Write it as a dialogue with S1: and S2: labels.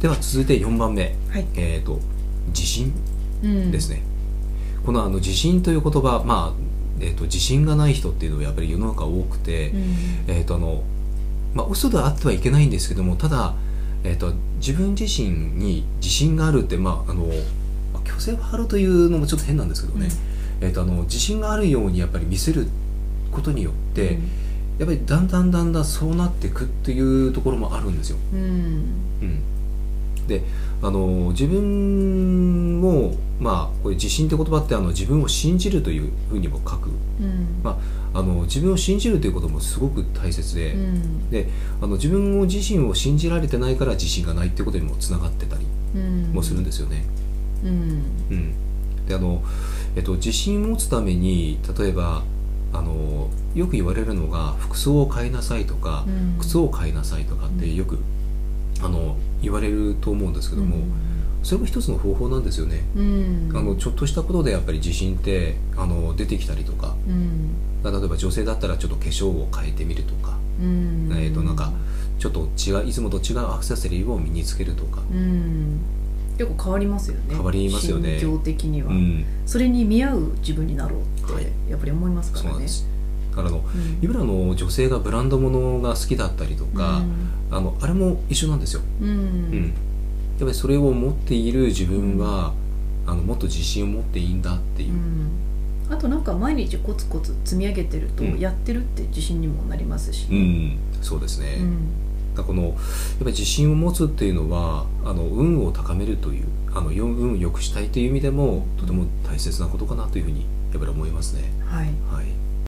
S1: では続いて4番目、
S2: はい
S1: えー、と地震
S2: うん
S1: ですね、このあの地震という言葉、まあえー、と地震がない人っていうのはやっぱり世の中多くて、
S2: うん
S1: えーとあのまあ、嘘であってはいけないんですけどもただ、えー、と自分自身に自信があるって、まあ、あのまあ虚勢を張るというのもちょっと変なんですけどね、えー、とあの自信があるようにやっぱり見せることによって、やっぱりだんだんだんだんそうなっていくっていうところもあるんですよ。
S2: うんうん
S1: うん、であの自分もまあこれ自信って言葉ってあの自分を信じるというふうにも書く
S2: うん
S1: まあの自分を信じるということもすごく大切で、
S2: うん
S1: あの自分を自身を信じられてないから自信がないってことにもつながってたり
S2: うん
S1: もするんですよね。
S2: うん
S1: うん、であの、えっと、自信を持つために例えばあのよく言われるのが服装を変えなさいとか、
S2: うん
S1: 靴を買いなさいとかってよく、あの言われると思うんですけども、それも一つの方法なんですよね、
S2: うん
S1: あのちょっとしたことでやっぱり自信ってあの出てきたりとか
S2: うん
S1: 例えば女性だったらちょっと化粧を変えてみるとか
S2: うん
S1: えーとなんかちょっと違ういつもと違うアクセサリーを身につけるとか、
S2: うん結構変わりますよね
S1: 変わりますよね
S2: 心境的には、
S1: うん
S2: それに見合う自分になろうって、
S1: はい
S2: やっぱり思いますか
S1: そう
S2: ら
S1: なん
S2: ね
S1: ですだからあの
S2: うん
S1: いわゆるあの女性がブランド物が好きだったりとか、あのあれも一緒なんですよ、
S2: うん
S1: うんやっぱりそれを持っている自分は、あのもっと自信を持っていいんだっていうう、
S2: んあとなんか毎日コツコツ積み上げてると
S1: うん
S2: やってるって自信にもなりますし、
S1: うん、そうですね、
S2: うん
S1: だからこのやっぱり自信を持つっていうのはあの運を高めるというあのよ運を良くしたいという意味でもとても大切なことかなというふうにやっぱり思いますね。
S2: はい
S1: はい